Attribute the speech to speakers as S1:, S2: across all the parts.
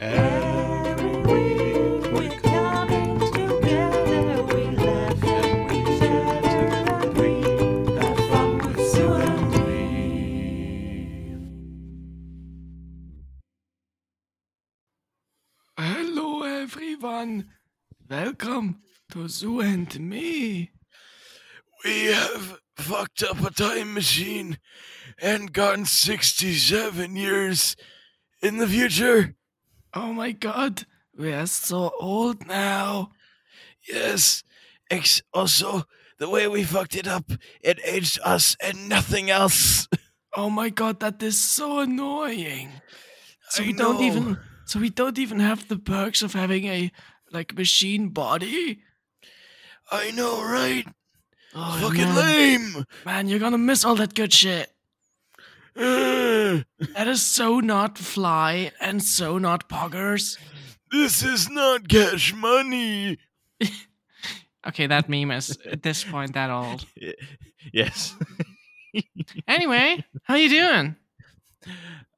S1: Every week we come together, we laugh and we chatter and we have fun with Sue and me.
S2: Hello, everyone. Welcome to Zoo and Me.
S3: We have fucked up a time machine and gone 67 years in the future.
S2: Oh my god, we are so old now.
S3: Yes. Ex- also, the way we fucked it up, it aged us and nothing else.
S2: Oh my god, that is so annoying. So
S3: I
S2: we don't
S3: know.
S2: even so we don't even have the perks of having a like machine body.
S3: I know, right?
S2: Oh,
S3: Fucking
S2: man.
S3: lame.
S2: man, you're gonna miss all that good shit.
S3: Uh,
S2: That is so not fly and so not poggers.
S3: this is not cash money.
S2: Okay, that meme is at this point that old.
S4: Yes.
S2: Anyway, how you doing?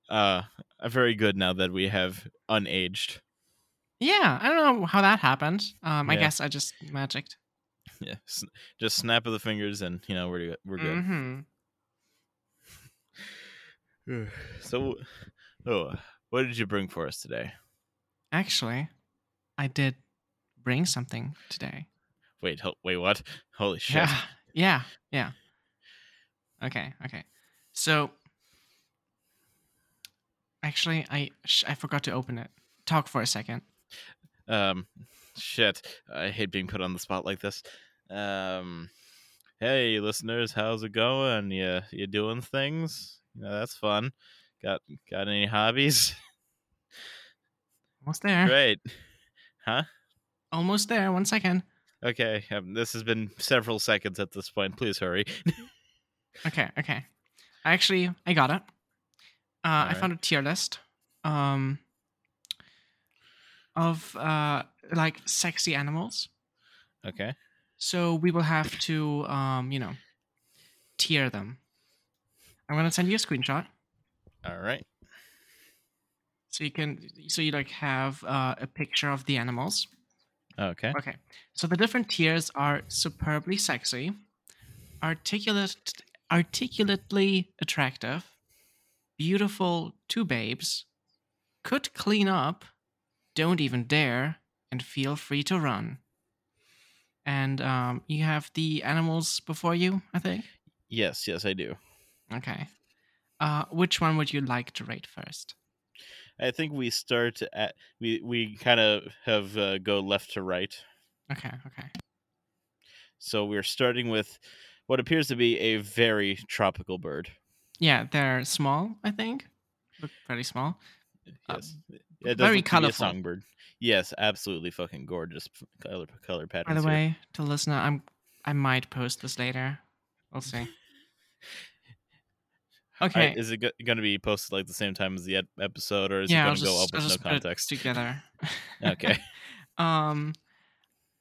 S4: Uh very good now that we have unaged.
S2: Yeah, I don't know how that happened. Um, I
S4: Yeah.
S2: guess I just magicked.
S4: Yeah. sn- just snap of the fingers and you know we're good- we're good.
S2: hmm
S3: Mm-hmm.
S4: So oh, what did you bring for us today?
S2: Actually, I did bring something today.
S4: Wait, ho- wait, what? Holy shit.
S2: Yeah, yeah, yeah. Okay, okay. So, actually, I sh- I forgot to open it. Talk for a second.
S4: Um shit. I hate being put on the spot like this. Um Hey listeners, how's it going? You you doing things? You know, that's fun. Got got any hobbies?
S2: Almost there.
S4: Great.
S2: Almost there. One second.
S4: Okay, um, this has been several seconds at this point. Please hurry.
S2: Okay, okay. I actually I got it. Uh, I
S4: Alright.
S2: found a tier list um, of uh, like sexy animals.
S4: Okay.
S2: So we will have to, um, you know, tier them. I'm gonna send you a screenshot
S4: All right.
S2: so you can, so you like have uh, a picture of the animals.
S4: Okay.
S2: Okay. So the different tiers are superbly sexy, articulate, articulately attractive, beautiful two babes, could clean up, don't even dare, and feel free to run. And um, you have the animals before you, I think.
S4: Yes, yes, I do.
S2: Okay. Uh, which one would you like to rate first?
S4: I think we start at we we kind of have uh, go left to right.
S2: Okay. Okay.
S4: So we're starting with what appears to be a very tropical bird.
S2: Yeah, they're small. I think. Look very small. Uh,
S4: Yes. Um, it does
S2: very
S4: look to be a
S2: colorful.
S4: songbird. Yes, absolutely fucking gorgeous f- color color
S2: By
S4: patterns.
S2: the
S4: here.
S2: way, to listener, I'm I might post this later. We'll see.
S4: I-
S2: Okay.
S4: is it go- going to be posted like the same time as the ep- episode or is
S2: yeah, I'll
S4: it going to go up
S2: just- I'll
S4: with no
S2: just put it
S4: context?
S2: together.
S4: okay.
S2: um,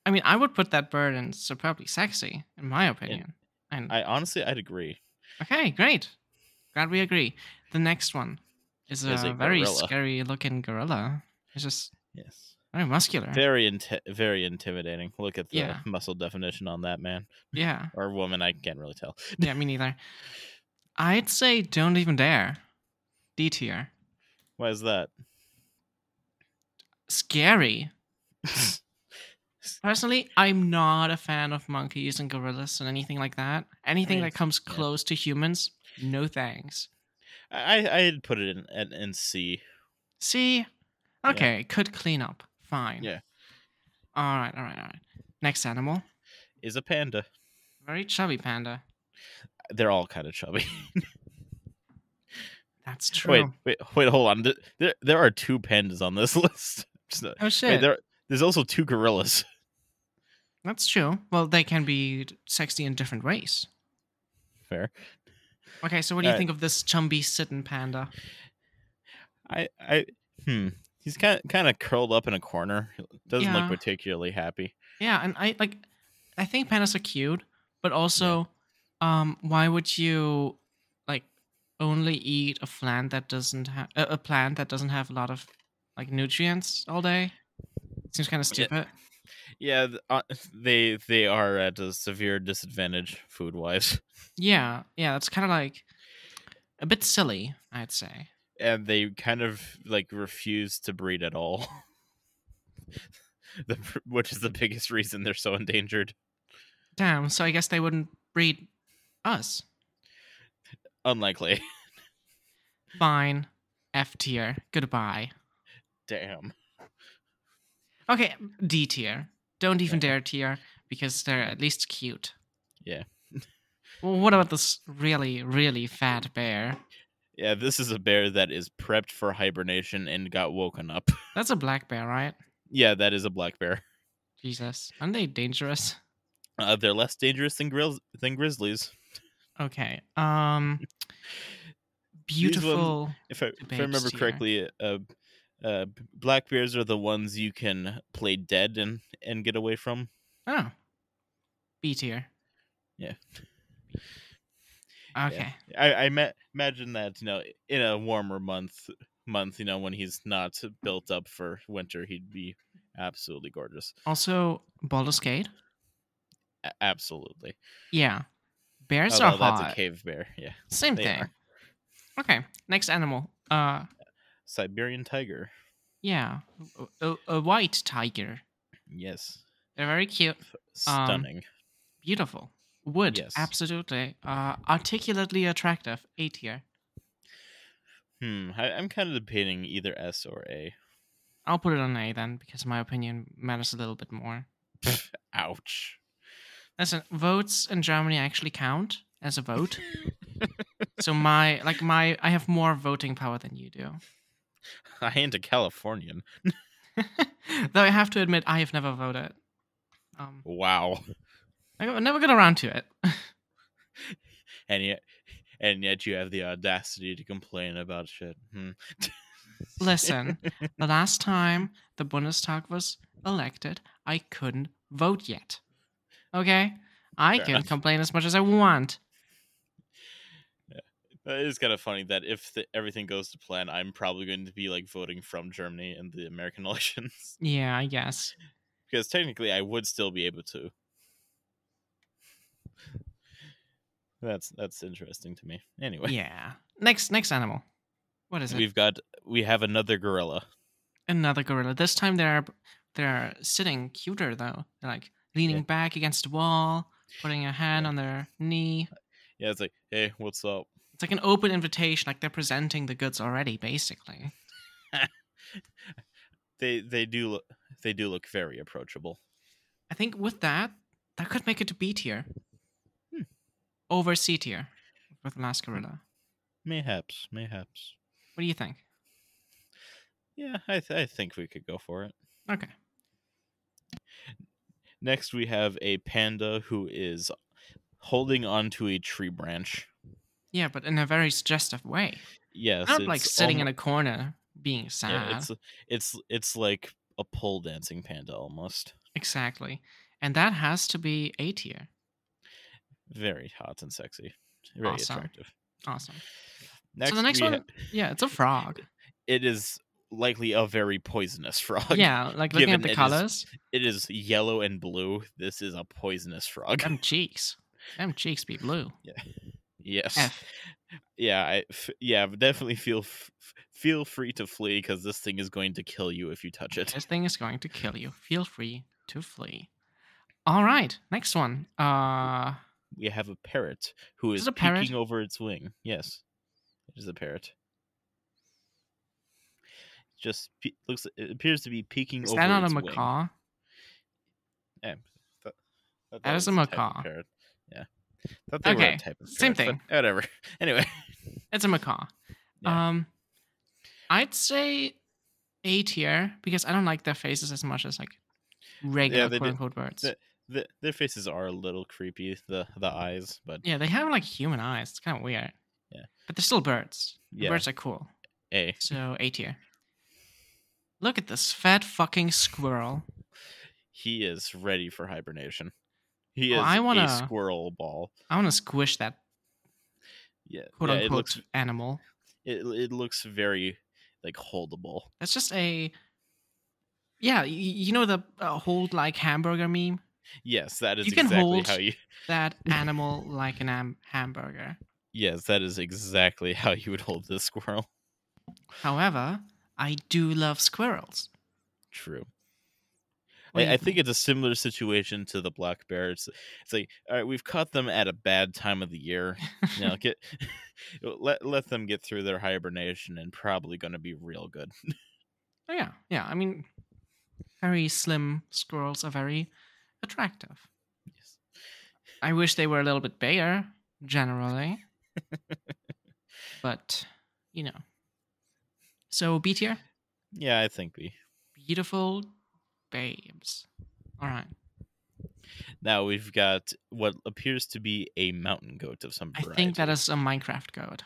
S2: I mean, I would put that bird in superbly sexy, in my opinion. And
S4: I honestly I'd agree.
S2: okay, great. Glad we agree. The next one is a,
S4: Is a
S2: very
S4: gorilla.
S2: scary-looking gorilla. It's just
S4: Yes.
S2: very muscular.
S4: Very inti- very intimidating. Look at the
S2: Yeah.
S4: muscle definition on that man
S2: yeah,
S4: or woman, I can't really tell.
S2: yeah, me neither. I'd say don't even dare. D tier.
S4: Why is that?
S2: Scary. Personally, I'm not a fan of monkeys and gorillas and anything like that. Anything
S4: mean,
S2: that comes
S4: yeah.
S2: close to humans, no thanks.
S4: I I had put it in in, in C.
S2: See? Okay, could clean up. Fine.
S4: Yeah.
S2: All right, all right, all right. Next animal.
S4: Is a panda.
S2: Very chubby panda.
S4: They're all kind of chubby.
S2: That's true.
S4: wait, wait, wait, hold on. Th- There there are two pandas on this list. Just not-
S2: oh
S4: wait,
S2: shit.
S4: there there's also two gorillas.
S2: That's true. Well, they can be sexy in different ways.
S4: Fair.
S2: Okay, so what do you
S4: Alright.
S2: think of this chumby sitting panda?
S4: I I hmm. He's kind of, kind of curled up in a corner. Doesn't
S2: Yeah.
S4: look particularly happy.
S2: Yeah, and I like I think pandas are cute, but also um why would you like only eat a plant that doesn't have a a plant that doesn't have a lot of like nutrients all day. Seems kind of stupid.
S4: Yeah, th- uh, they they are at a severe disadvantage food wise,
S2: Yeah, yeah, that's kind of like a bit silly, I'd say.
S4: and they kind of like refuse to breed at all. the, pr- which is the biggest reason they're so endangered.
S2: Damn. So I guess they wouldn't breed us.
S4: Unlikely.
S2: Fine. F tier. Goodbye.
S4: Damn.
S2: Okay, D tier. Don't even dare tier because they're at least cute.
S4: Yeah.
S2: Well, what about this really, really fat bear?
S4: Yeah, this is a bear that is prepped for hibernation and got woken up.
S2: That's a black bear, right?
S4: yeah, that is a black bear.
S2: Jesus. Aren't they dangerous?
S4: Uh, they're less dangerous than grills than grizzlies.
S2: Okay. Um
S4: These ones-
S2: beautiful
S4: If I, if I
S2: Debates
S4: remember
S2: here.
S4: correctly, uh, uh, black bears are the ones you can play dead and and get away from.
S2: Oh. B tier.
S4: Yeah.
S2: Okay.
S4: I, I ma- imagine that you know in a warmer month month you know when he's not built up for winter he'd be absolutely gorgeous
S2: Also, Baldur's Gate.
S4: A- absolutely
S2: Yeah. Bears
S4: Although
S2: are hot.
S4: that's a cave bear yeah
S2: Same
S4: They
S2: thing.
S4: are.
S2: Okay. Next animal. Uh
S4: Siberian tiger
S2: yeah. A, a- a white tiger.
S4: yes
S2: They're very cute. Um,
S4: stunning
S2: Beautiful. Wood.
S4: Yes.
S2: Absolutely. Uh articulately attractive. A tier.
S4: hmm I, I'm kind of debating either S or A
S2: I'll put it on A then because my opinion matters a little bit more.
S4: ouch
S2: Listen, votes in Germany actually count as a vote. so my like my I have more voting power than you do.
S4: I ain't a Californian
S2: Though I have to admit I have never voted. Um
S4: wow
S2: I got- never got around to it.
S4: and yet and yet you have the audacity to complain about shit hmm.
S2: Listen, the last time the Bundestag was elected, I couldn't vote yet. Okay? I
S4: Fair
S2: can
S4: enough.
S2: complain as much as I want.
S4: It is kind of funny that if the, everything goes to plan, I'm probably going to be like voting from Germany in the American elections
S2: Yeah, I guess.
S4: because technically I would still be able to. That's that's interesting to me. Anyway,
S2: Yeah. Next next animal. What is it?
S4: we've got we have another gorilla.
S2: another gorilla. This time they are they are sitting cuter though. They're like leaning
S4: Yeah.
S2: back against the wall, putting a hand on their knee.
S4: Yeah, it's like, hey, what's up?
S2: It's like an open invitation, like they're presenting the goods already, basically.
S4: They they do look they do look very approachable.
S2: I think with that, that could make it to B tier. Hmm. Over C tier with the last gorilla.
S4: Mayhaps, mayhaps.
S2: What do you think?
S4: Yeah, I th- I think we could go for it.
S2: Okay.
S4: Next, we have a panda who is holding onto a tree branch.
S2: Yeah, but in a very suggestive way.
S4: Yes,
S2: Not like
S4: it's
S2: sitting ah.
S4: almo-
S2: in a corner being sad.
S4: Yeah, it's it's it's like a pole dancing panda almost.
S2: Exactly. And that has to be A tier.
S4: Very hot and sexy. Very
S2: Awesome.
S4: attractive.
S2: Awesome. so the next
S4: we
S2: one,
S4: ha-
S2: yeah, it's a frog.
S4: it is likely a very poisonous frog.
S2: yeah, like looking
S4: given
S2: at
S4: it
S2: the
S4: is-
S2: colors,
S4: It is yellow and blue. This is a poisonous frog.
S2: them cheeks, them cheeks be blue.
S4: yes.
S2: F.
S4: Yeah, I f- yeah, but definitely feel f- f- feel free to flee cuz this thing is going to kill you if you touch it.
S2: This thing is going to kill you. Feel free to flee. All right, next one. Uh,
S4: We have a parrot who
S2: Is
S4: is,
S2: it a parrot?
S4: peeking over its wing. Yes. It is a parrot. Just pe- looks it appears to be peeking
S2: is
S4: over
S2: that not a
S4: its wing.
S2: macaw?
S4: I thought
S2: That
S4: it
S2: is a
S4: was type of
S2: macaw.
S4: parrot. Yeah. Thought they were a
S2: Okay,
S4: type of
S2: same
S4: parrot, but Whatever. Anyway,
S2: It's a macaw.
S4: Yeah.
S2: Um, I'd say A tier because I don't like their faces as much as like regular
S4: they do-
S2: quote unquote birds.
S4: they- the, their faces are a little creepy, the the eyes, but
S2: yeah, they have like human eyes. It's kind of weird.
S4: Yeah.
S2: but they're still birds. The
S4: Yeah.
S2: Birds are cool.
S4: a
S2: So A tier. Look at this fat fucking squirrel.
S4: he is ready for hibernation. He is
S2: Oh, I
S4: a
S2: wanna-
S4: squirrel ball.
S2: I want to squish that
S4: Yeah,
S2: quote
S4: yeah,
S2: unquote
S4: it looks
S2: animal.
S4: it, it looks very like holdable.
S2: That's just a. Yeah, y- you know the uh, hold like hamburger meme?
S4: Yes, that is
S2: You can
S4: exactly
S2: hold-
S4: how you.
S2: That animal like an am- hamburger.
S4: Yes, that is exactly how you would hold this squirrel.
S2: However, I do love squirrels.
S4: True.
S2: What do
S4: I,
S2: you
S4: I think it's a similar situation to the black bear. It's, it's like, all right, we've caught them at a bad time of the year. Now get let let them get through their hibernation and probably going to be real good.
S2: Oh, yeah, yeah. I mean, very slim squirrels are very attractive.
S4: Yes.
S2: I wish they were a little bit bigger, generally. but, you know. So, B tier,
S4: Yeah, I think we.
S2: beautiful babes. All right.
S4: Now we've got what appears to be a mountain goat of some
S2: I
S4: variety.
S2: think that is a Minecraft code.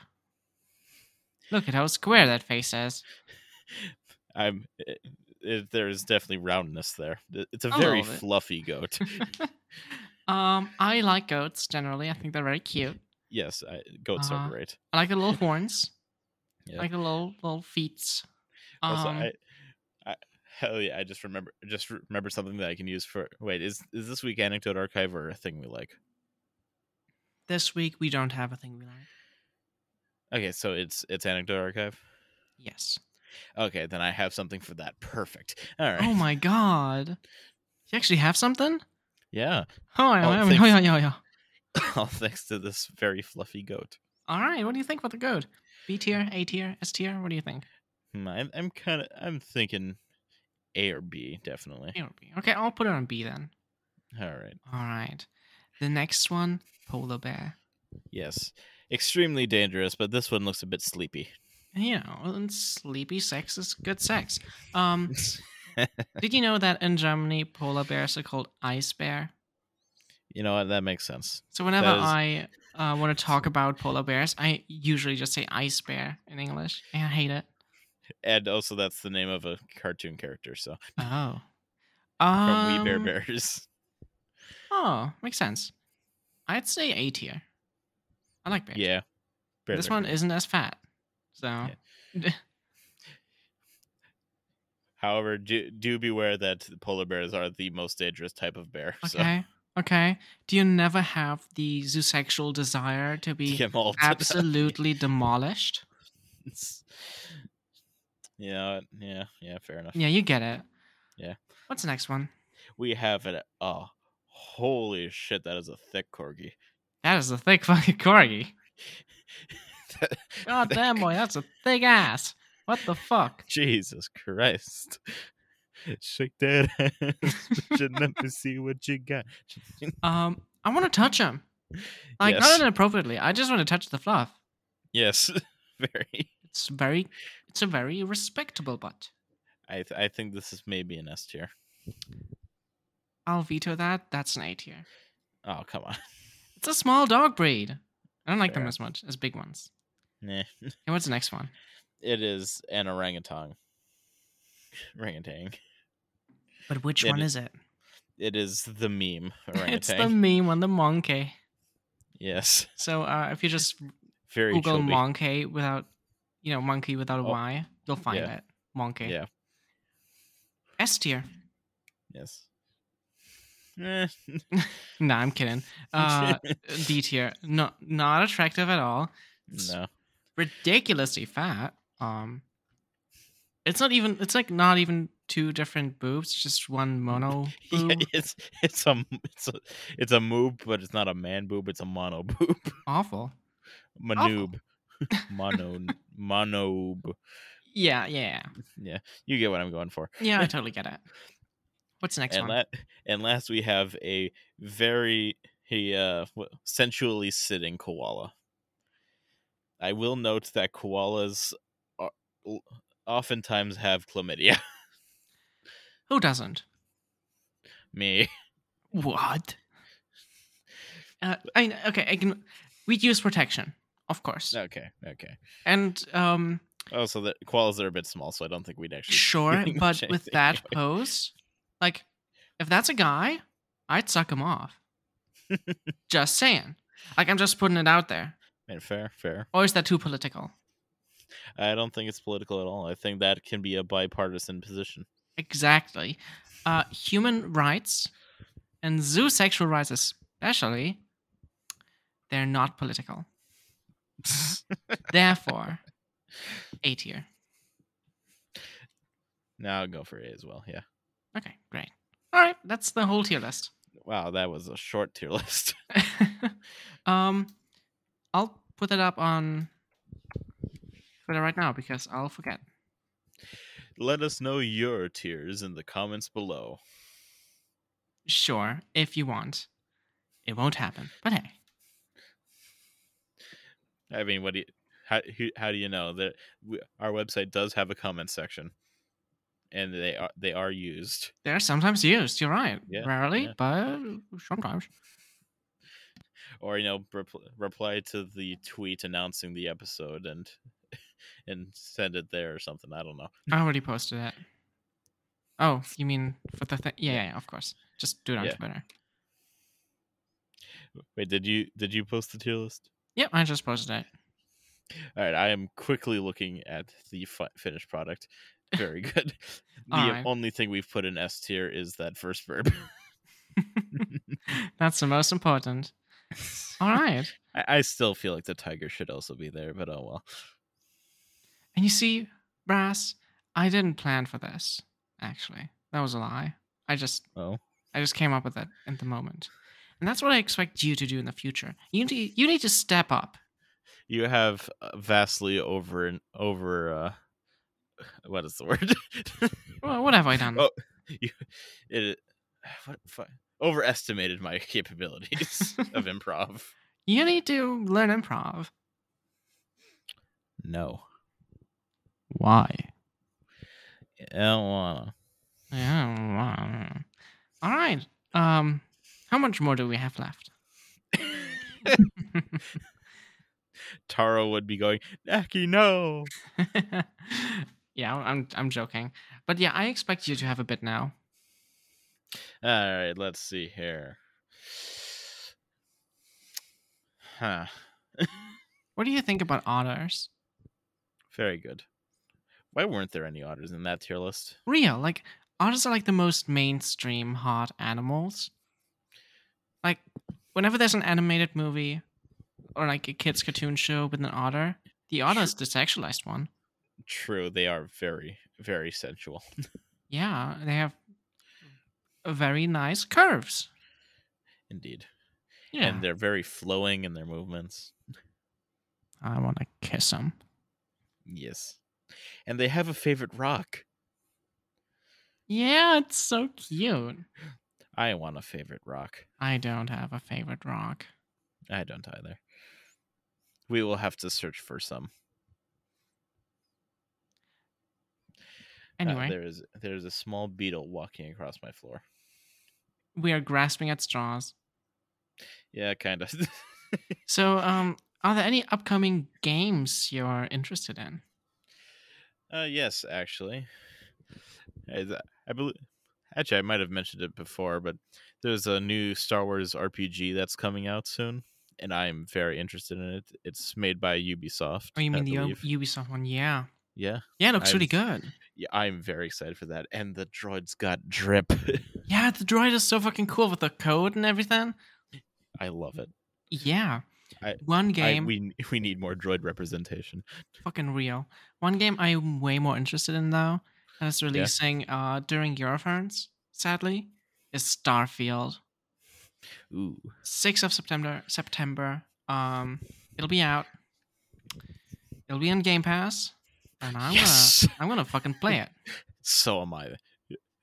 S2: Look at how square that face is.
S4: I'm. It, it, there is definitely roundness there. It- It's a
S2: A
S4: very
S2: little bit.
S4: fluffy goat.
S2: um, I like goats generally. I think they're very cute.
S4: yes, I, goats
S2: Uh-huh.
S4: are great.
S2: I like the little horns.
S4: Yeah.
S2: I like the little little feet.
S4: Also,
S2: Um,
S4: I, I, hell yeah! I just remember, just remember something that I can use for. Wait, is is this week anecdote archive or a thing we like?
S2: This week we don't have a thing we like.
S4: Okay, so it's it's anecdote archive.
S2: Yes.
S4: Okay, then I have something for that. Perfect. All right.
S2: Oh my god. You actually have something?
S4: Yeah.
S2: Oh, yeah,
S4: Oh,
S2: yeah,
S4: thanks.
S2: yeah, yeah, yeah, yeah.
S4: All thanks to this very fluffy goat.
S2: All right. What do you think about the goat? B tier, A tier, S tier. What do you think?
S4: Hmm, I'm, I'm kind of I'm thinking A or B definitely.
S2: A or B? Okay, I'll put it on B then.
S4: All right.
S2: All right. The next one, polar bear.
S4: Yes. Extremely dangerous, but this one looks a bit sleepy.
S2: you know, and sleepy sex is good sex. Um, did you know that in Germany, polar bears are called ice bear?
S4: You know what? That makes sense.
S2: So whenever
S4: That is-
S2: I uh, want to talk about polar bears, I usually just say ice bear in English. And I hate it.
S4: And also, that's the name of a cartoon character. So
S2: Oh.
S4: from
S2: Um,
S4: We Bear Bears.
S2: Oh, makes sense. I'd say A tier. I like bears.
S4: Yeah. Bear
S2: this
S4: Bear
S2: one
S4: Bears.
S2: isn't as fat. So,
S4: However, do, do beware that polar bears are the most dangerous type of bear. So
S2: okay. Okay. Do you never have the zoosexual desire to be
S4: get mauled.
S2: absolutely demolished?
S4: yeah, yeah, yeah. Fair enough.
S2: Yeah, you get it.
S4: Yeah.
S2: What's the next one?
S4: We have it. Oh, holy shit! That is a thick corgi.
S2: That is a thick fucking corgi.
S4: That-
S2: God damn boy, that's a thick ass. What the fuck?
S4: Jesus Christ. Shake that ass. bitch, and Let me see what you got.
S2: Um, I want to touch him. Like not
S4: Yes.
S2: inappropriately. I just want to touch the fluff.
S4: Yes, very.
S2: It's very, it's a very respectable butt.
S4: I th- I think this is maybe an S tier.
S2: I'll veto that. That's an A tier.
S4: Oh come on.
S2: It's a small dog breed. I don't like them
S4: Fair.
S2: as much as big ones.
S4: Nah.
S2: Okay, what's the next one?
S4: It is an orangutan. Orangutan.
S2: But which
S4: It
S2: one
S4: is
S2: is it?
S4: It is the meme orangutan.
S2: It's the meme one, the monkey.
S4: yes,
S2: So uh, if you just
S4: very
S2: Google
S4: chubby.
S2: monkey without, you know, monkey without a
S4: Oh,
S2: Y, you'll find
S4: yeah.
S2: it. Monkey.
S4: Yeah.
S2: S tier.
S4: Yes. Eh,
S2: Nah, I'm kidding. Uh, D tier. No, not attractive at all.
S4: no.
S2: Ridiculously fat. Um, it's not even. It's like not even two different boobs. Just one mono boob.
S4: Yeah, it's it's a it's a it's a moob, but it's not a man boob. It's a mono boob.
S2: Awful.
S4: Manoob. mono monoob.
S2: Yeah, yeah,
S4: You get what I'm going for.
S2: yeah. I totally get it. What's the next
S4: and
S2: one?
S4: la- and last we have a very he uh w- sensually sitting koala. I will note that koalas are, l- oftentimes have chlamydia.
S2: Who doesn't?
S4: Me.
S2: What? Uh, I kn- okay. I can. We use protection, of course,
S4: Okay. Okay.
S2: and um,
S4: Also, Oh, the koalas are a bit small, so I don't think we'd actually.
S2: sure,
S4: doing much
S2: but with
S4: anything
S2: that
S4: anyway.
S2: pose, like, if that's a guy, I'd suck him off. just saying. Like, I'm just putting it out there.
S4: Man, fair, fair.
S2: Or is that too political?
S4: I don't think it's political at all. I think that can be a bipartisan position.
S2: Exactly. Uh, human rights and zoo sexual rights, especially, they're not political. Therefore, A tier.
S4: now I'll go for A as well. Yeah.
S2: Okay, great. All right, that's the whole tier list.
S4: Wow, that was a short tier list.
S2: um, I'll put that up on Twitter right now because I'll forget.
S4: Let us know your tiers in the comments below.
S2: Sure, if you want. It won't happen, but hey.
S4: I mean, what do you, how who- how do you know that we, our website does have a comment section, and they are they are used.
S2: They're sometimes used. You're right.
S4: Yeah,
S2: Rarely,
S4: yeah.
S2: but sometimes.
S4: or you know repl reply to the tweet announcing the episode and and send it there or something i don't know
S2: I already posted it. Oh, you mean for the thing? Yeah, yeah, yeah, of course. Just do it on
S4: Yeah.
S2: Twitter.
S4: wait did you did you post the tier list
S2: Yep, I just posted it.
S4: all right i am quickly looking at the fi- finished product very good the
S2: All right.
S4: only thing we've put in s tier is that first verb
S2: That's the most important. All right.
S4: I, I still feel like the tiger should also be there but oh well
S2: And you see, Brass, I didn't plan for this, actually. That was a lie. I just
S4: oh
S2: I just came up with it at the moment. And that's what I expect you to do in the future. You need you need to step up.
S4: you have uh, vastly over and over uh what is the word
S2: Well, what have I done?
S4: Oh. you, it, what, fu- overestimated my capabilities of improv.
S2: You need to learn improv.
S4: No,
S2: Why?
S4: I don't wanna.
S2: Yeah. wow. All right. Um, how much more do we have left?
S4: Taro would be going, Naki, no.
S2: yeah, I'm I'm joking, but yeah, I expect you to have a bit now.
S4: All right, let's see here. Huh.
S2: What do you think about otters?
S4: Very good. Why weren't there any otters in that tier list?
S2: Real, like otters are like the most mainstream hot animals. Like, whenever there's an animated movie or like a kids' cartoon show with an otter, the otter is the sexualized one.
S4: True, they are very, very sensual.
S2: Yeah, they have very nice curves.
S4: Indeed.
S2: Yeah,
S4: And they're very flowing in their movements.
S2: I want to kiss them.
S4: Yes. And they have a favorite rock.
S2: Yeah, it's so cute.
S4: I want a favorite rock.
S2: I don't have a favorite rock.
S4: I don't either. We will have to search for some. Uh,
S2: Anyway,
S4: there is there is a small beetle walking across my floor.
S2: we are grasping at straws.
S4: Yeah, kind of.
S2: So, um, are there any upcoming games you're interested in?
S4: uh, yes, actually, I, I believe. Actually, I might have mentioned it before, but there's a new Star Wars RPG that's coming out soon, and I'm very interested in it. It's made by Ubisoft.
S2: Oh, you
S4: I
S2: mean the
S4: believe.
S2: U- Ubisoft one? Yeah,
S4: yeah,
S2: yeah, it looks really
S4: I've-
S2: good.
S4: yeah. I'm very excited for that, and the droids got drip.
S2: Yeah, the droid is so fucking cool with the code and everything.
S4: I love it.
S2: Yeah,
S4: I-
S2: one
S4: I-
S2: game,
S4: we we need more droid representation.
S2: fucking real. One game I'm way more interested in though, and it's releasing uh during Euroferns. Sadly, is Starfield.
S4: Ooh.
S2: 6th of September. September. Um, it'll be out. It'll be on Game Pass, and I'm
S4: Yes.
S2: gonna I'm gonna fucking play it.
S4: So am I.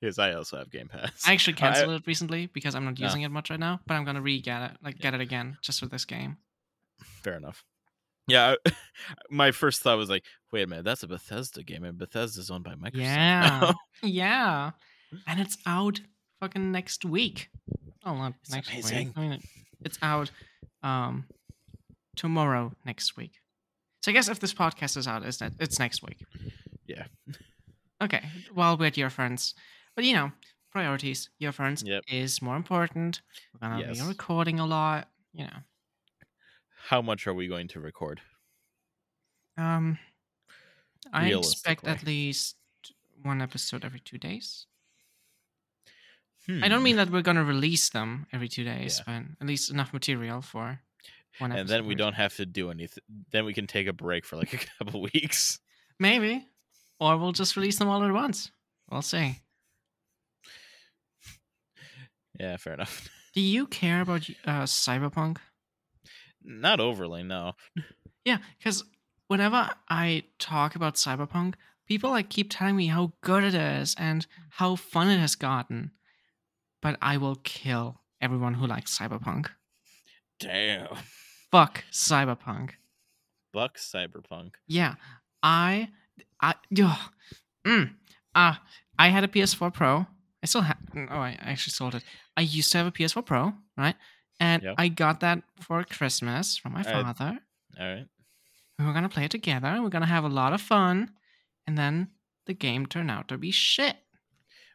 S4: Because I also have Game Pass.
S2: I actually
S4: I-
S2: canceled it recently because I'm not
S4: Yeah.
S2: using it much right now, but I'm gonna re get it, like get it again just for this game.
S4: Fair enough. Yeah, I- my first thought was like, wait a minute, that's a Bethesda game, and Bethesda's owned by Microsoft.
S2: Yeah, yeah, and it's out fucking next week. Oh, not
S4: It's
S2: next
S4: amazing.
S2: week. I mean, it's out um tomorrow next week. So I guess if this podcast is out, it's ne- it's next week.
S4: yeah.
S2: Okay, while we're at your friends, but you know, priorities. Your friends
S4: Yep.
S2: is more important. We're gonna
S4: Yes.
S2: be recording a lot. You know,
S4: How much are we going to record?
S2: um, I expect at
S4: Realistically.
S2: least one episode every two days.
S4: Hmm.
S2: I don't mean that we're gonna release them every two days, but at least enough material for one episode.
S4: And then we
S2: every-
S4: don't have to do anything. Then we can take a break for like a couple weeks.
S2: Maybe. Or we'll just release them all at once. We'll see.
S4: Yeah, fair enough.
S2: Do you care about uh, Cyberpunk?
S4: Not overly, no.
S2: Yeah, because whenever I talk about Cyberpunk, people like keep telling me how good it is and how fun it has gotten. But I will kill everyone who likes Cyberpunk.
S4: Damn.
S2: Fuck Cyberpunk.
S4: Buck Cyberpunk.
S2: Yeah, I, I, ugh, mm, uh, I had a PS4 Pro. I still have. Oh, I actually sold it. I used to have a PS4 Pro, right? And
S4: Yeah.
S2: I got that for Christmas from my
S4: I-
S2: father.
S4: All right.
S2: We were gonna play it together. and We're gonna have a lot of fun, and then the game turned out to be shit.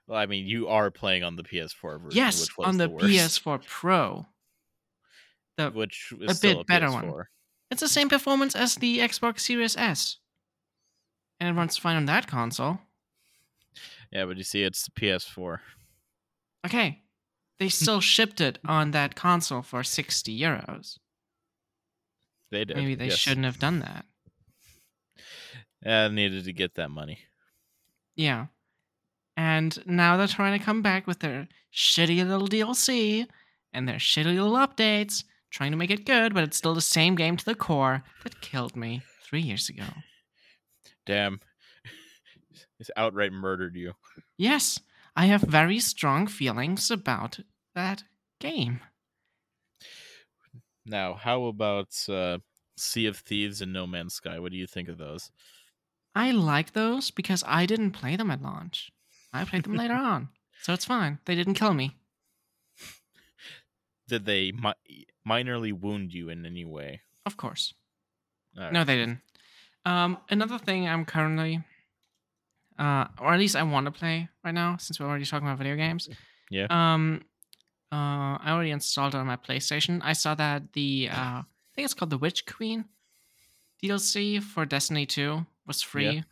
S4: Well, I mean, you are playing on the PS4 version.
S2: yes,
S4: which was
S2: on the,
S4: worst,
S2: PS4 Pro. The
S4: which is
S2: a
S4: still
S2: bit
S4: a
S2: better one.
S4: PS4.
S2: It's the same performance as the Xbox Series S, and it runs fine on that console.
S4: Yeah, but you see, it's PS4.
S2: Okay. They still shipped it on that console for 60 euros.
S4: They did.
S2: Maybe they
S4: yes.
S2: shouldn't have done that.
S4: Yeah, they needed to get that money.
S2: Yeah. And now they're trying to come back with their shitty little DLC and their shitty little updates, trying to make it good, but it's still the same game to the core that killed me three years ago.
S4: Damn. it's outright murdered you.
S2: Yes, I have very strong feelings about that game.
S4: Now, how about uh, Sea of Thieves and No Man's Sky? What do you think of those?
S2: I like those because I didn't play them at launch. I played them later on. So it's fine. They didn't kill me.
S4: Did they mi- minorly wound you in any way?
S2: Of course.
S4: All
S2: No,
S4: right.
S2: they didn't. Um, another thing I'm currently, uh, or at least I want to play right now, since we're already talking about video games.
S4: Yeah.
S2: Um, uh, I already installed it on my PlayStation. I saw that the uh, I think it's called the Witch Queen DLC for Destiny Two was free. Uh,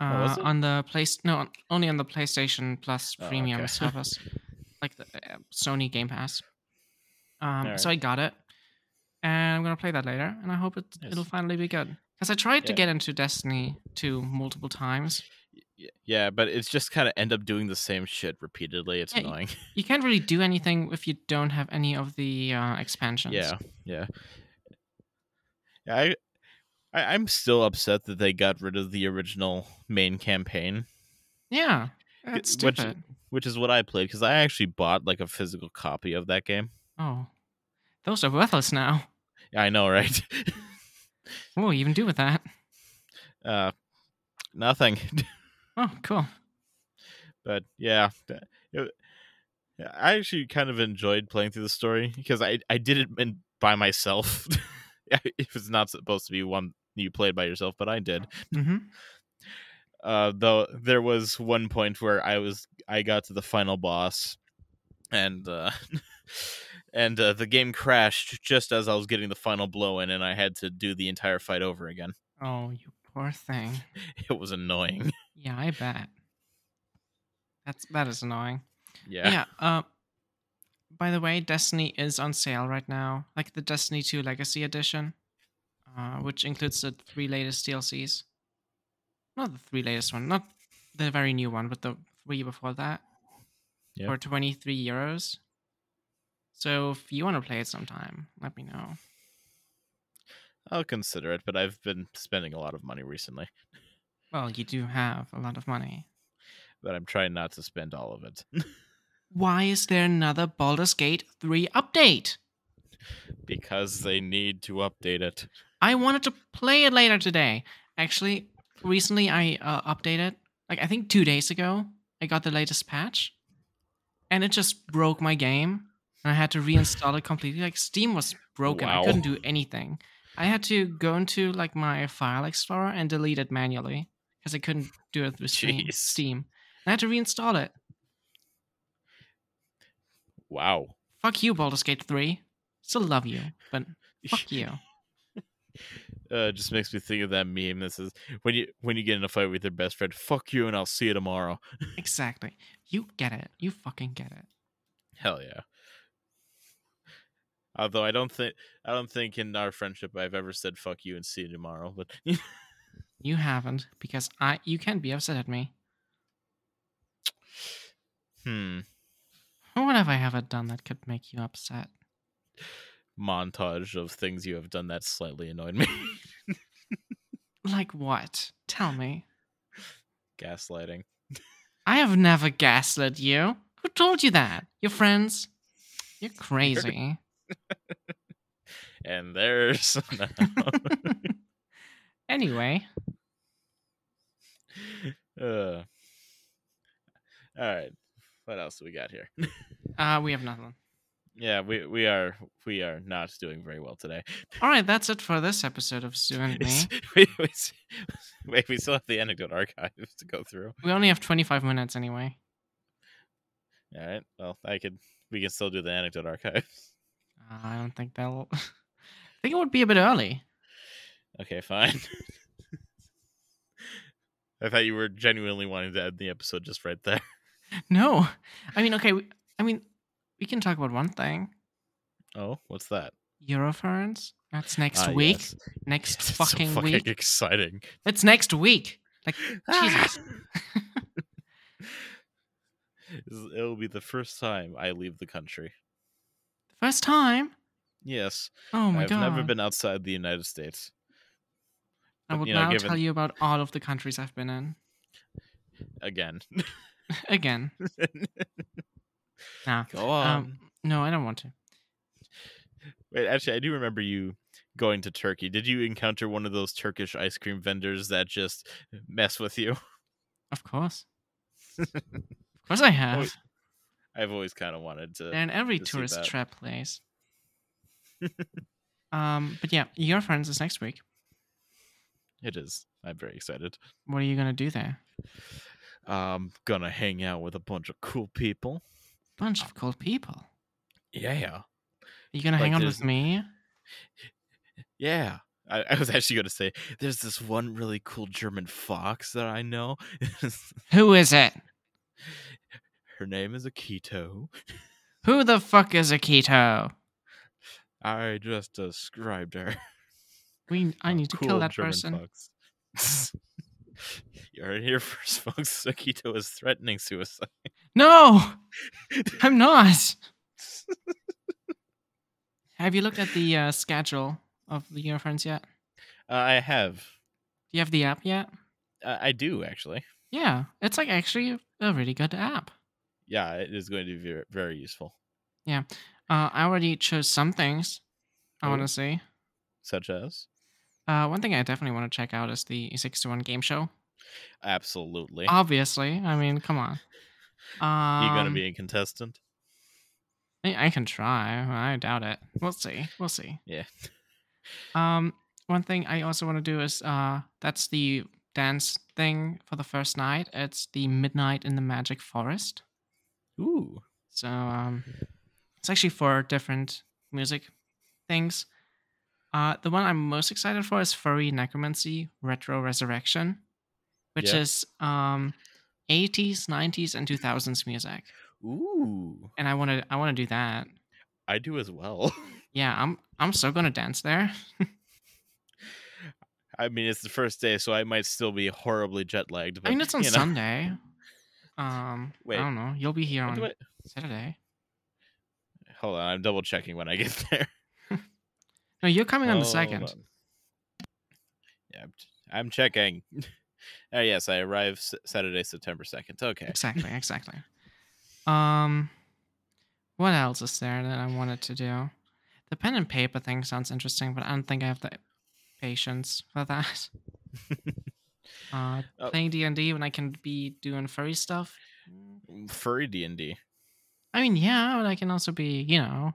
S4: Oh, was it?
S2: on the place no on- only on the PlayStation Plus
S4: Oh,
S2: premium
S4: okay.
S2: service, like the uh, Sony Game Pass. Um,
S4: Alright.
S2: so I got it, and I'm gonna play that later, and I hope it
S4: Nice.
S2: it'll finally be good. Because I tried to
S4: Yeah.
S2: get into Destiny 2 multiple times.
S4: Y- Yeah, but it's just kind of end up doing the same shit repeatedly. It's
S2: Yeah, y-
S4: annoying.
S2: You can't really do anything if you don't have any of the uh, expansions.
S4: Yeah, yeah. Yeah, I, I, I'm still upset that they got rid of the original main campaign,
S2: Yeah. That's
S4: G- which-
S2: stupid.
S4: which is what I played because I actually bought like a physical copy of that game.
S2: Oh. Those are worthless now.
S4: I know, right?
S2: What will you even do with that?
S4: uh, nothing.
S2: Oh, cool.
S4: but yeah, th- it, I actually kind of enjoyed playing through the story because I I did it in, by myself. it was not supposed to be one you played by yourself, but I did.
S2: hmm
S4: Mm-hmm. uh, though there was one point where I was I got to the final boss, and uh, and uh, the game crashed just as I was getting the final blow in, and I had to do the entire fight over again.
S2: Oh, you poor thing.
S4: It was annoying.
S2: Yeah, I bet. That's that is annoying.
S4: Yeah,
S2: Yeah. uh, by the way, Destiny is on sale right now, like the Destiny 2 Legacy Edition, uh, which includes the three latest DLCs. Not the three latest one, not the very new one, but the three before that.
S4: Yeah.
S2: For 23 euros. So if you want to play it sometime, let me know.
S4: I'll consider it, but I've been spending a lot of money recently,
S2: Well, you do have a lot of money.
S4: but I'm trying not to spend all of it
S2: Why is there another Baldur's Gate 3 update?
S4: because they need to update it.
S2: I wanted to play it later today. Actually, recently I uh, updated, like I think two days ago, I got the latest patch, and it just broke my game, and I had to reinstall it completely. Like Steam was broken, I
S4: Wow.
S2: couldn't do anything. I had to go into like my file explorer and delete it manually because I couldn't do it through Steam.
S4: Jeez.
S2: Steam. And I had to reinstall it.
S4: Wow.
S2: Fuck you, Baldur's Gate 3. Still love you, but fuck you.
S4: uh, just makes me think of that meme that says when you when you get in a fight with your best friend, fuck you and I'll see you tomorrow.
S2: Exactly. You get it. You fucking get it.
S4: Hell yeah. Although I don't think I don't think in our friendship I've ever said fuck you and see you tomorrow, but
S2: You haven't because I. You can't be upset at me.
S4: hmm.
S2: What have I ever done that could make you upset?
S4: Montage of things you have done that slightly annoyed me.
S2: Like what? Tell me.
S4: Gaslighting.
S2: I have never gaslit you. Who told you that? Your friends? You're crazy.
S4: And there's
S2: anyway,
S4: uh, all right. What else do we got here?
S2: uh, we have nothing.
S4: Yeah, we we are we are not doing very well today.
S2: All right, that's it for this episode of Sue and Me.
S4: we, we, s- wait, we still have the anecdote archive to go through.
S2: We only have 25 minutes anyway.
S4: All right. Well, I could. We can still do the anecdote archive.
S2: Uh, I don't think that'll. I think it would be a bit early.
S4: Okay, fine. I thought you were genuinely wanting to end the episode just right there.
S2: No, I mean, okay. We, I mean, we can talk about one thing.
S4: Oh, what's that?
S2: Euroferns. That's next
S4: Ah,
S2: week.
S4: yes.
S2: Next
S4: It's so
S2: fucking
S4: fucking
S2: week.
S4: exciting.
S2: It's next week. Like
S4: Ah.
S2: Jesus.
S4: This- It'll be the first time I leave the country.
S2: First time.
S4: Yes,
S2: Oh my
S4: I've
S2: god.
S4: never been outside the United States.
S2: I will
S4: you know,
S2: now
S4: given-
S2: tell you about all of the countries I've been in.
S4: Again,
S2: Again. Nah.
S4: go on.
S2: Um, no, I don't want to.
S4: Wait, actually, I do remember you going to Turkey. Did you encounter one of those Turkish ice cream vendors that just mess with you?
S2: Of course. of course I have.
S4: I've always kind of wanted to.
S2: They're in every
S4: to see
S2: tourist
S4: that.
S2: trap place. um, but yeah, your friends is next week.
S4: It is. I'm very excited.
S2: What are you gonna do there?
S4: I'm gonna hang out with a bunch of cool people.
S2: Bunch of cool people. Are
S4: Yeah,
S2: you gonna hang
S4: Like
S2: out
S4: there's-
S2: with me?
S4: yeah. I, I was actually gonna say there's this one really cool German fox that I know.
S2: Who is it?
S4: Her name is Akito.
S2: Who the fuck is Akito?
S4: I just described her.
S2: We I
S4: a
S2: need to
S4: cool
S2: kill that
S4: German
S2: person.
S4: fox. you heard it here first, folks. Akito is threatening suicide.
S2: No, I'm not. have you looked at the uh, schedule of the your friends yet?
S4: Uh, I have.
S2: Do you have the app yet?
S4: Uh, I do actually.
S2: Yeah, it's like actually a really good app.
S4: Yeah, it is going to be ver- very useful,
S2: Uh, I already chose some things I want
S4: Ooh.
S2: to see.
S4: such as
S2: Uh, one thing I definitely want to check out is the 6 to 1 game show.
S4: absolutely.
S2: Obviously. I mean, come on. Um,
S4: you gonna be a contestant?
S2: I I can try. I doubt it. We'll see. We'll see.
S4: Yeah.
S2: Um, one thing I also want to do is uh, that's the dance thing for the first night. It's the Midnight in the Magic Forest.
S4: Ooh.
S2: So um, it's actually for different music things. Uh, the one I'm most excited for is Furry Necromancy Retro Resurrection, which
S4: Yeah.
S2: is um, 80s, 90s, and 2000s music.
S4: Ooh.
S2: And I want to I want to do that.
S4: I do as well.
S2: Yeah, I'm I'm so gonna dance there.
S4: I mean, it's the first day, so I might still be horribly jet lagged.
S2: I
S4: But
S2: mean, it's on
S4: you know.
S2: Sunday. Um,
S4: Wait.
S2: I don't know. You'll be here
S4: What do
S2: on
S4: I-
S2: Saturday.
S4: Hold on, I'm double checking when I get there.
S2: No, you're coming on the
S4: Hold
S2: second.
S4: on. Yeah, I'm, I'm checking. oh yes, I arrive S- Saturday, September second. Okay.
S2: Exactly, exactly. Um, what else is there that I wanted to do? The pen and paper thing sounds interesting, but I don't think I have the patience for that. uh,
S4: Oh.
S2: playing D and D when I can be doing furry stuff.
S4: Furry mm, E D and D.
S2: I mean, yeah, but I can also be, you know,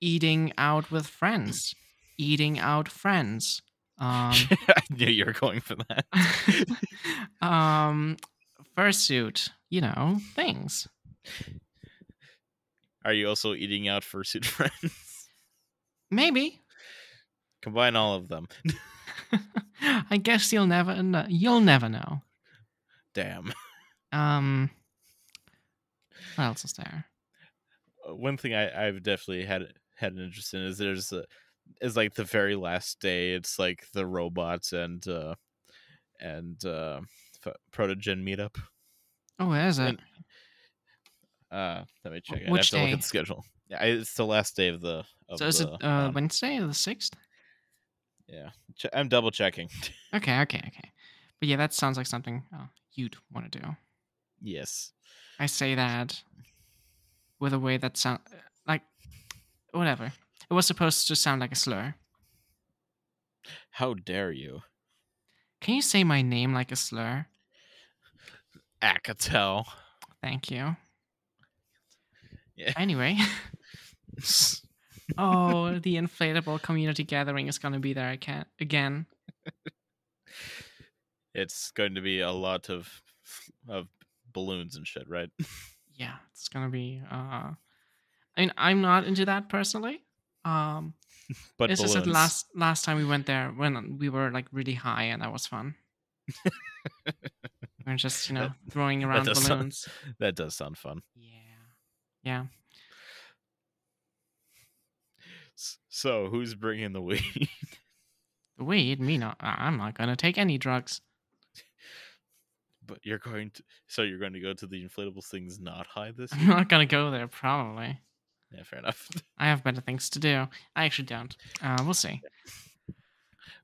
S2: eating out with friends, eating out friends. Um,
S4: I knew you were going for that.
S2: um, fursuit, you know, things.
S4: Are you also eating out fursuit friends?
S2: Maybe.
S4: Combine all of them.
S2: I guess you'll never know. You'll never know.
S4: Damn.
S2: Um, what else is there?
S4: uh, One thing I, I've definitely had had an interest in is there's a, is like the very last day. It's like the robots and uh and uh f- protogen meetup.
S2: Oh, there's it.
S4: And- Uh, let me check. I have
S2: Which
S4: to look
S2: day?
S4: at the schedule. Yeah, I- it's the last day of the. Of
S2: So is
S4: the,
S2: it uh,
S4: um,
S2: Wednesday the sixth?
S4: yeah, Che- I'm double checking.
S2: Okay, okay, okay. But yeah, that sounds like something uh, you'd want to do.
S4: yes.
S2: I say that with a way that sound like whatever. It was supposed to sound like a slur.
S4: How dare you,
S2: Can you say my name like a slur?
S4: Akatel?
S2: Thank you.
S4: Yeah.
S2: Anyway, oh, the inflatable community gathering is gonna be there again. Again,
S4: it's going to be a lot of of balloons and shit, right?
S2: yeah, it's gonna be. Uh, I mean, I'm not into that personally. Um,
S4: But
S2: it's
S4: balloons.
S2: just that last last time we went there when we were like really high and that was fun. we are just you know
S4: That-
S2: throwing around
S4: does sound-
S2: balloons.
S4: that does sound fun.
S2: Yeah, yeah.
S4: S- So who's bringing the weed?
S2: The weed, me not. I- I'm not gonna take any drugs.
S4: but you're going to. So you're going to go to the inflatables things not high this
S2: I'm
S4: year.
S2: not gonna go there. Probably.
S4: yeah, fair enough.
S2: I have better things to do. I actually don't. Uh, we'll see.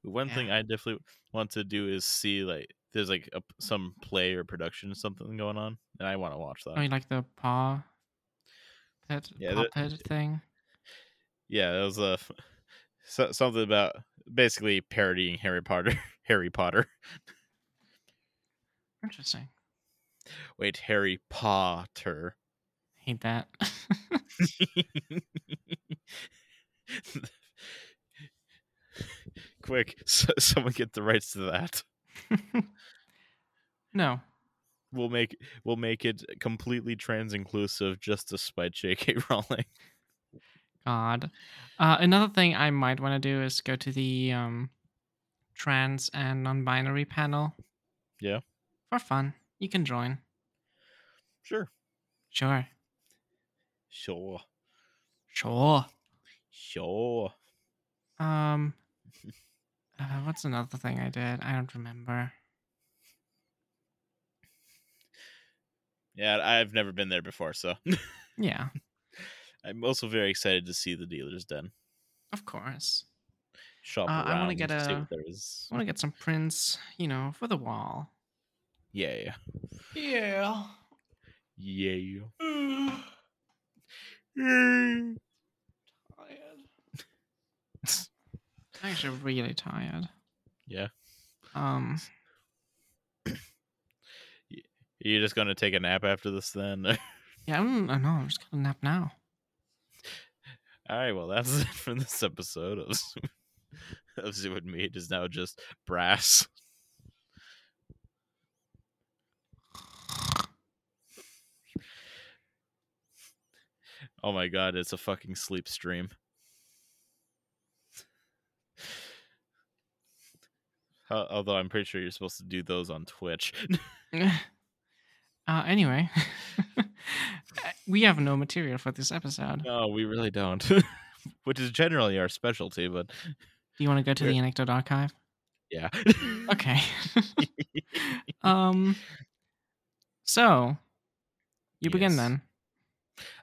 S4: One
S2: Yeah.
S4: thing I definitely want to do is see like there's like a, some play or production or something going on, and I want to watch that.
S2: Oh, you like the paw pet,
S4: Yeah,
S2: paw
S4: the-
S2: pet thing?
S4: Yeah, that was a f- so, something about basically parodying Harry Potter. Harry Potter.
S2: Interesting.
S4: Wait, Harry Potter.
S2: Hate that.
S4: Quick, s someone get the rights to that.
S2: no.
S4: We'll make we'll make it completely trans inclusive just to spite J.K. Rowling.
S2: God. Uh, another thing I might want to do is go to the um, trans and non-binary panel.
S4: Yeah.
S2: For fun, you can join.
S4: Sure.
S2: Sure.
S4: Sure.
S2: Sure.
S4: Sure.
S2: Um, uh, what's another thing I did? I don't remember.
S4: Yeah, I've never been there before, so
S2: Yeah,
S4: I'm also very excited to see the dealer's den.
S2: of course.
S4: Shop
S2: Uh, I
S4: around.
S2: wanna get
S4: see
S2: a-
S4: what there is.
S2: I want to get some prints, you know, for the wall.
S4: Yeah, yeah,
S2: Yeah.
S4: yeah. yeah.
S2: I'm actually really tired.
S4: Yeah.
S2: Um,
S4: You're just gonna take a nap after this, then? All
S2: yeah, I'm, I know. I'm just gonna nap now.
S4: right. Well, that's it for this episode of Zoo- of Zoo and Me. It is now just brass. Oh my god, it's a fucking sleep stream. Al- Although I'm pretty sure you're supposed to do those on Twitch.
S2: uh, anyway, we have no material for this episode.
S4: no, we really don't. Which is generally our specialty, but
S2: Do you want to go to the anecdote archive?
S4: yeah.
S2: Okay. um. So, you begin
S4: Yes.
S2: then.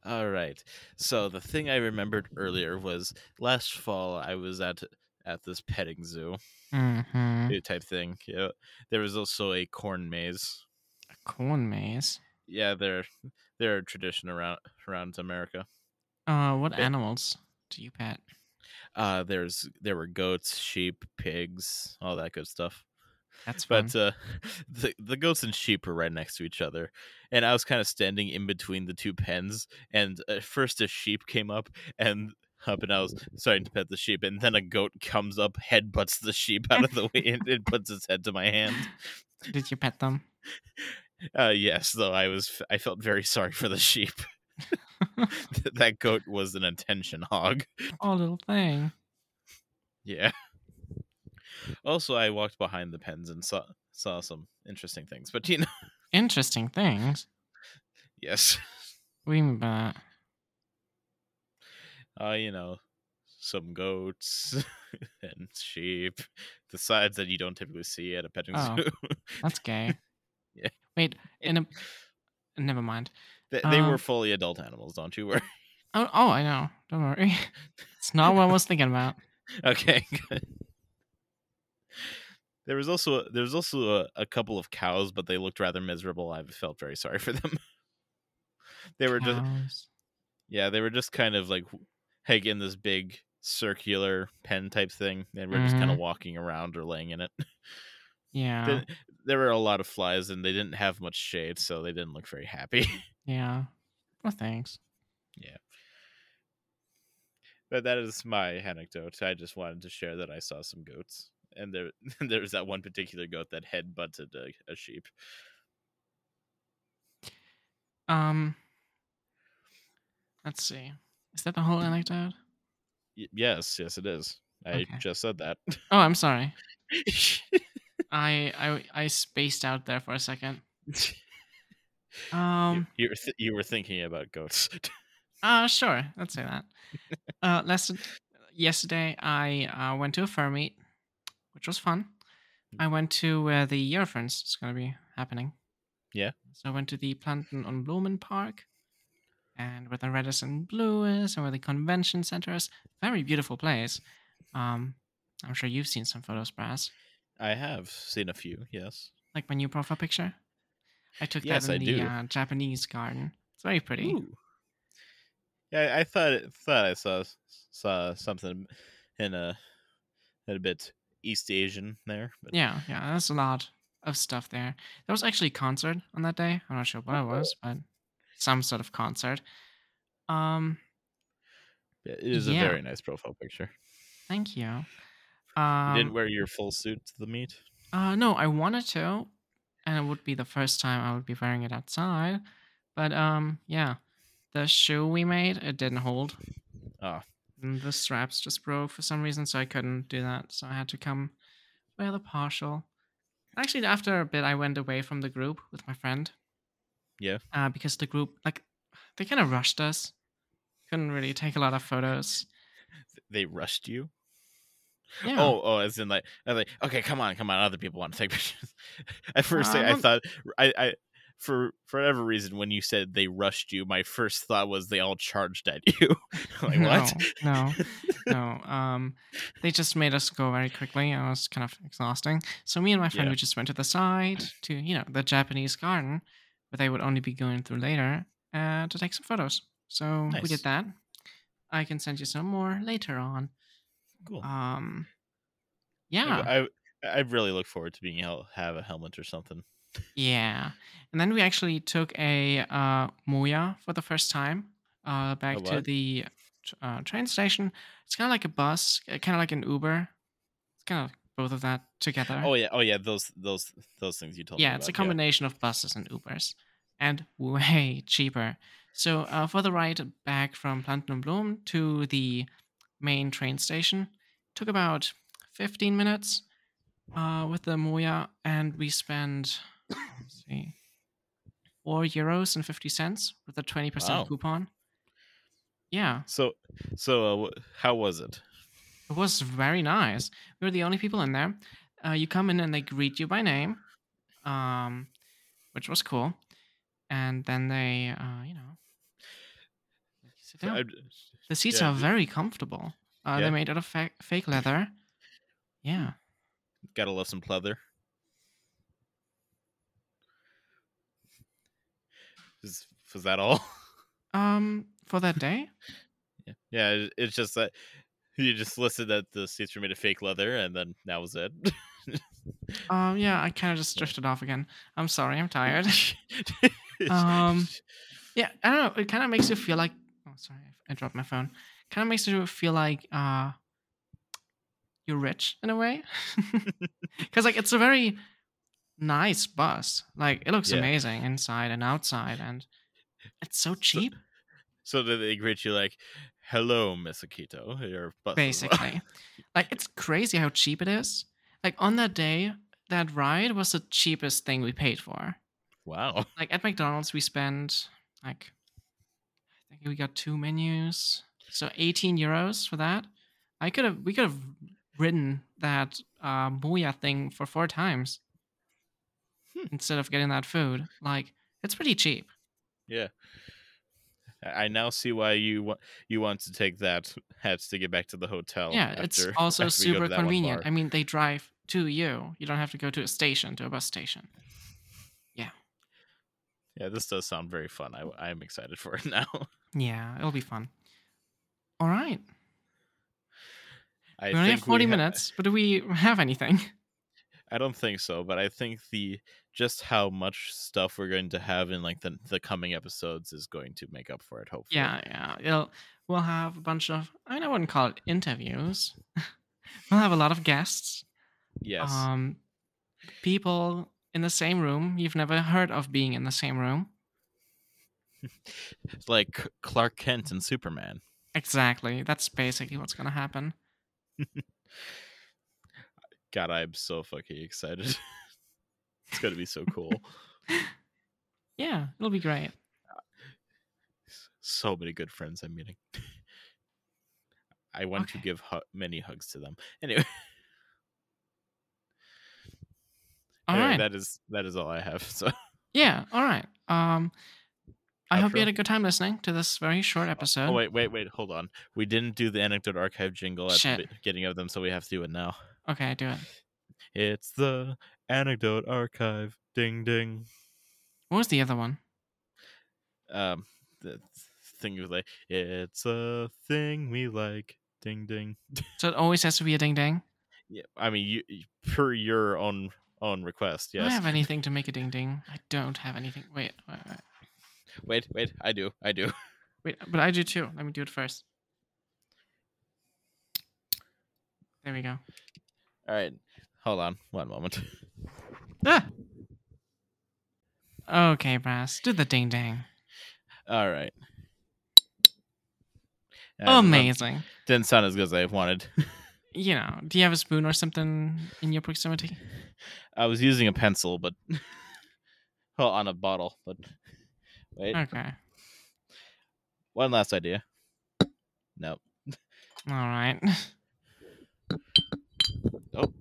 S4: All right. So the thing I remembered earlier was last fall I was at at this petting zoo
S2: Mm-hmm.
S4: type thing. Yeah, there was also a corn maze.
S2: Corn maze.
S4: Yeah, they're they're a tradition around around America.
S2: Uh, what
S4: Yeah.
S2: animals do you pet?
S4: Uh, there's there were goats, sheep, pigs, all that good stuff.
S2: That's fun.
S4: But uh, the the goats and sheep were right next to each other, and I was kind of standing in between the two pens. And at first, a sheep came up and up, and I was starting to pet the sheep, and then a goat comes up, headbutts the sheep out of the way, and, and puts its head to my hand.
S2: Did you pet them?
S4: Uh, yes, though I was f- I felt very sorry for the sheep. that goat was an attention hog.
S2: Oh, little thing.
S4: Yeah. Also, I walked behind the pens and saw saw some interesting things. But you know,
S2: Interesting things.
S4: yes,
S2: We mean by that?
S4: uh, you know, some goats and sheep, the sides that you don't typically see at a petting
S2: Oh.
S4: zoo.
S2: That's gay.
S4: Yeah.
S2: Wait, in a. Never mind.
S4: they, they
S2: Um.
S4: were fully adult animals. Don't you worry.
S2: Oh, oh, I know. Don't worry. It's not what I was thinking about.
S4: Okay. good. There was also a, there was also a, a couple of cows, but they looked rather miserable. I felt very sorry for them. they were just
S2: Cows.
S4: yeah, they were just kind of like w- like in this big circular pen type thing, and we're just kind
S2: Mm-hmm.
S4: of walking around or laying in it.
S2: Yeah.
S4: Then- There were a lot of flies, and they didn't have much shade, so they didn't look very happy.
S2: yeah. Well, thanks.
S4: but that is my anecdote. I just wanted to share that I saw some goats, and there there was that one particular goat that head butted a, a sheep.
S2: Um. Let's see. Is that the whole anecdote?
S4: Y- yes, yes, it is. I
S2: Okay.
S4: just said that.
S2: Oh, I'm sorry. I I I spaced out there for a second. Um.
S4: you, you were th- you were thinking about goats.
S2: Uh sure. Let's say that. Uh, last yesterday I uh, went to a fair meet, which was fun.
S4: Mm.
S2: I went to where the Eurofriends is going to be happening.
S4: Yeah.
S2: So I went to the Planten und Blumen Park, and where the Redis and Blue is, and where the convention center is. Very beautiful place. Um, I'm sure you've seen some photos, Brass.
S4: I have seen a few. Yes.
S2: like my new profile picture. I took
S4: Yes,
S2: that
S4: I
S2: in the
S4: do.
S2: uh, Japanese garden. It's very pretty.
S4: Ooh. Yeah, I- I thought it- thought I saw s- saw something in a in a bit East Asian there. But
S2: Yeah, yeah, there's a lot of stuff there. There was actually a concert on that day. I'm not sure what it was, but some sort of concert. Um,
S4: it is
S2: Yeah.
S4: a very nice profile picture.
S2: thank you.
S4: You
S2: Um,
S4: didn't wear your full suit to the meet.
S2: uh, no, I wanted to, and it would be the first time I would be wearing it outside. But um, yeah, the shoe we made it didn't hold.
S4: Ah.
S2: And the straps just broke for some reason, so I couldn't do that. So I had to come wear the partial. Actually, after a bit, I went away from the group with my friend.
S4: Yeah.
S2: Uh, because the group, like, they kind of rushed us. Couldn't really take a lot of photos.
S4: They rushed you.
S2: Yeah.
S4: Oh, oh, as in like, I was like, okay, come on, come on, other people want to take pictures. At first, I, I
S2: Um,
S4: thought, I, I, for for whatever reason, when you said they rushed you, my first thought was they all charged at you. like what?
S2: No, no, no. Um, they just made us go very quickly. and It was kind of exhausting. So me and my friend
S4: Yeah.
S2: we just went to the side to you know the Japanese garden, where they would only be going through later uh, to take some photos. So we
S4: Nice.
S2: did that. I can send you some more later on.
S4: Cool.
S2: Um,
S4: Like,
S2: yeah,
S4: I I really look forward to being able to have a helmet or something.
S2: yeah. And then we actually took a uh, moya for the first time uh, back to
S4: what?
S2: the tr- uh, train station. It's kind of like a bus, kind of like an Uber. It's kind of both of that together.
S4: Oh yeah, oh yeah, those those those things you told me.
S2: yeah, it's a
S4: about,
S2: combination of buses and Ubers, and way cheaper. So uh, for the ride back from Plantenblum to the main train station, took about fifteen minutes uh, with the Moya, and we spent let's see four euros and fifty cents with a twenty
S4: Wow.
S2: percent coupon. Yeah,
S4: So so uh, wh- how was it?
S2: it was very nice. We were the only people in there. Uh, you come in and they greet you by name, um, which was cool. And then they, uh, you know, sit
S4: I-
S2: down. The seats
S4: yeah,
S2: are
S4: d-
S2: very comfortable. Uh,
S4: Yeah.
S2: They're made out of fa- fake leather. Yeah.
S4: gotta love some pleather. Is, was that all?
S2: Um, for that day,
S4: Yeah, yeah. it- It's just that you just listed that the seats were made of fake leather, and then that was it.
S2: um, yeah, I kind of just drifted off again. I'm sorry, I'm tired. Um,
S4: um,
S2: Yeah, I don't know. It kind of makes you feel like. Oh, sorry, I dropped my phone. Kind of makes you feel like uh, you're rich in a way, because like it's a very nice bus. Like it looks
S4: Yeah.
S2: amazing inside and outside, and it's so cheap.
S4: so that they greet you like, "Hello, Miss Akito." Your bus is on."
S2: basically. like it's crazy how cheap it is. Like on that day, that ride was the cheapest thing we paid for.
S4: wow.
S2: Like at McDonald's, we spent like I think we got two menus, so 18 euros for that. I could have we could have ridden that uh, booyah thing for four times
S4: Hmm.
S2: instead of getting that food. Like it's pretty cheap.
S4: Yeah. I I now see why you want you want to take that hats to get back to the hotel.
S2: yeah, it's
S4: Oh, after- after
S2: also
S4: we go to
S2: super
S4: that one
S2: convenient.
S4: bar.
S2: I mean, they drive to you. You don't have to go to a station, to a bus station.
S4: yeah, this does sound very fun. I I'm excited for it now.
S2: Yeah, it'll be fun. All right.
S4: I
S2: we only have
S4: think
S2: 40
S4: ha-
S2: minutes, but do we have anything?
S4: I don't think so, but I think the just how much stuff we're going to have in like the the coming episodes is going to make up for it. Hopefully,
S2: Yeah, yeah. It'll, we'll have a bunch of, I mean, I wouldn't call it interviews. we'll have a lot of guests.
S4: Yes.
S2: Um, people in the same room you've never heard of being in the same room.
S4: It's like C- Clark Kent and Superman.
S2: Exactly. That's basically what's going to happen.
S4: God, I'm so fucking excited. it's gonna be so cool.
S2: Yeah, it'll be great.
S4: so many good friends I'm meeting. I want to
S2: Okay.
S4: give hu- many hugs to them. Anyway,
S2: All right.
S4: anyway, that is that is all I have. So
S2: Yeah, all right. Um, I hope
S4: Outro.
S2: you had a good time listening to this very short episode.
S4: oh wait, wait, wait, hold on. We didn't do the anecdote archive jingle at
S2: Shit.
S4: the beginning of them, so we have to do it now.
S2: Okay, do it.
S4: It's the anecdote archive. Ding ding.
S2: What was the other one?
S4: Um, the thing we like. It's a thing we like. Ding ding.
S2: So it always has to be a ding ding.
S4: Yeah, I mean, you- you per your own own request.
S2: Do I
S4: Yes.
S2: have anything to make a ding ding? I don't have anything. Wait, wait, wait.
S4: Wait, wait. I do. I do.
S2: wait but I do too. Let me do it first. There we go.
S4: All right. Hold on. One moment.
S2: Ah! Okay, Brass, do the ding ding.
S4: All right. Uh, that
S2: Amazing.
S4: Didn't sound as good as I wanted.
S2: You know, do you have a spoon or something in your proximity?
S4: I was using a pencil, but well, on a bottle. But wait,
S2: Okay.
S4: one last idea. Nope.
S2: All right.
S4: Oh,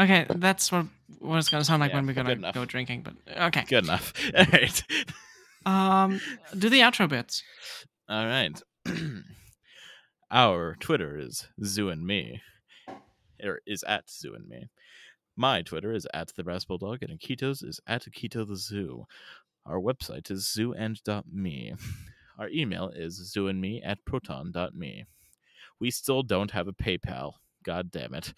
S2: Okay, that's what what it's gonna sound like
S4: Yeah,
S2: when we're
S4: good
S2: gonna
S4: enough.
S2: go drinking. But okay,
S4: good enough. All right.
S2: um, do the outro bits.
S4: All right. Our Twitter is Zoo and Me, or is at Zoo and Me. My Twitter is at the Brass Bulldog, and Akito's is at Akito the Zoo. Our website is zooand.me. Our email is zooandme at proton.me. We still don't have a PayPal. God damn it.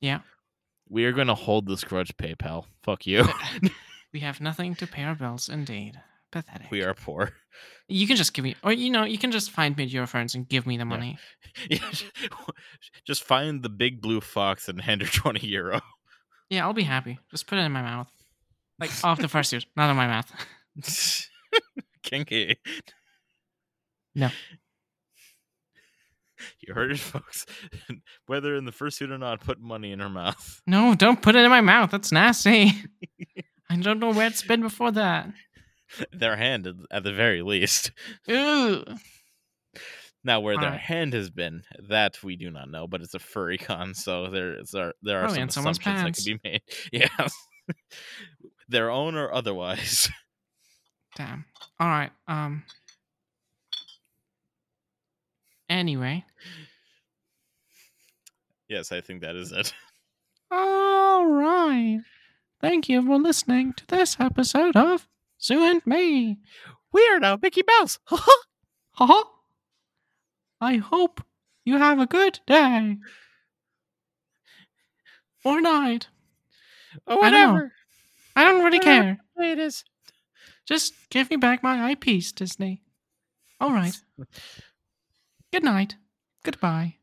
S2: Yeah.
S4: We are going to hold this grudge, PayPal. Fuck you.
S2: We have nothing to pay our bills. Indeed, pathetic.
S4: we are poor.
S2: You can just give me, or you know, you can just find me at your friends and give me the money.
S4: Yeah,
S2: Mm-hmm.
S4: just find the big blue fox and hand her 20 euro.
S2: Yeah, I'll be happy. Just put it in my mouth, like off the fursuit, not in my mouth.
S4: Kinky.
S2: No.
S4: You heard it, folks. Whether in the fursuit or not, put money in her mouth.
S2: No, don't put it in my mouth. That's nasty. I don't know where it's been before that.
S4: Their hand, at- at the very least.
S2: Ooh.
S4: Now, where their
S2: Alright.
S4: hand has been, that we do not know, but it's a furry con, so there is there, there are
S2: Probably
S4: some
S2: in Oh, someone's
S4: assumptions that can be made. Yeah. their own or otherwise.
S2: Damn. All right. Um. Anyway.
S4: Yes, I think that is it.
S2: All right. Thank you for listening to this episode of Sue and Me.
S4: Weirdo Mickey Mouse.
S2: Ha ha. I hope you have a good day or night.
S4: or
S2: I don't know.
S4: whatever.
S2: I don't really
S4: Whatever
S2: care.
S4: the way It is.
S2: Just give me back my eyepiece, Disney. All right. Good night. Goodbye.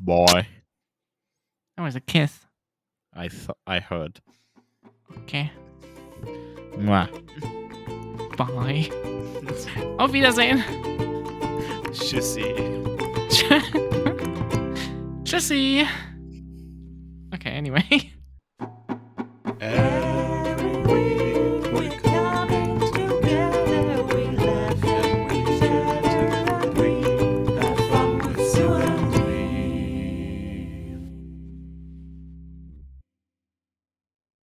S4: Boy.
S2: That was a kiss.
S4: I th- I heard.
S2: Okay.
S4: Mwah.
S2: Bye. Auf Wiedersehen.
S4: Shissy.
S2: Tschüssi. Okay, anyway.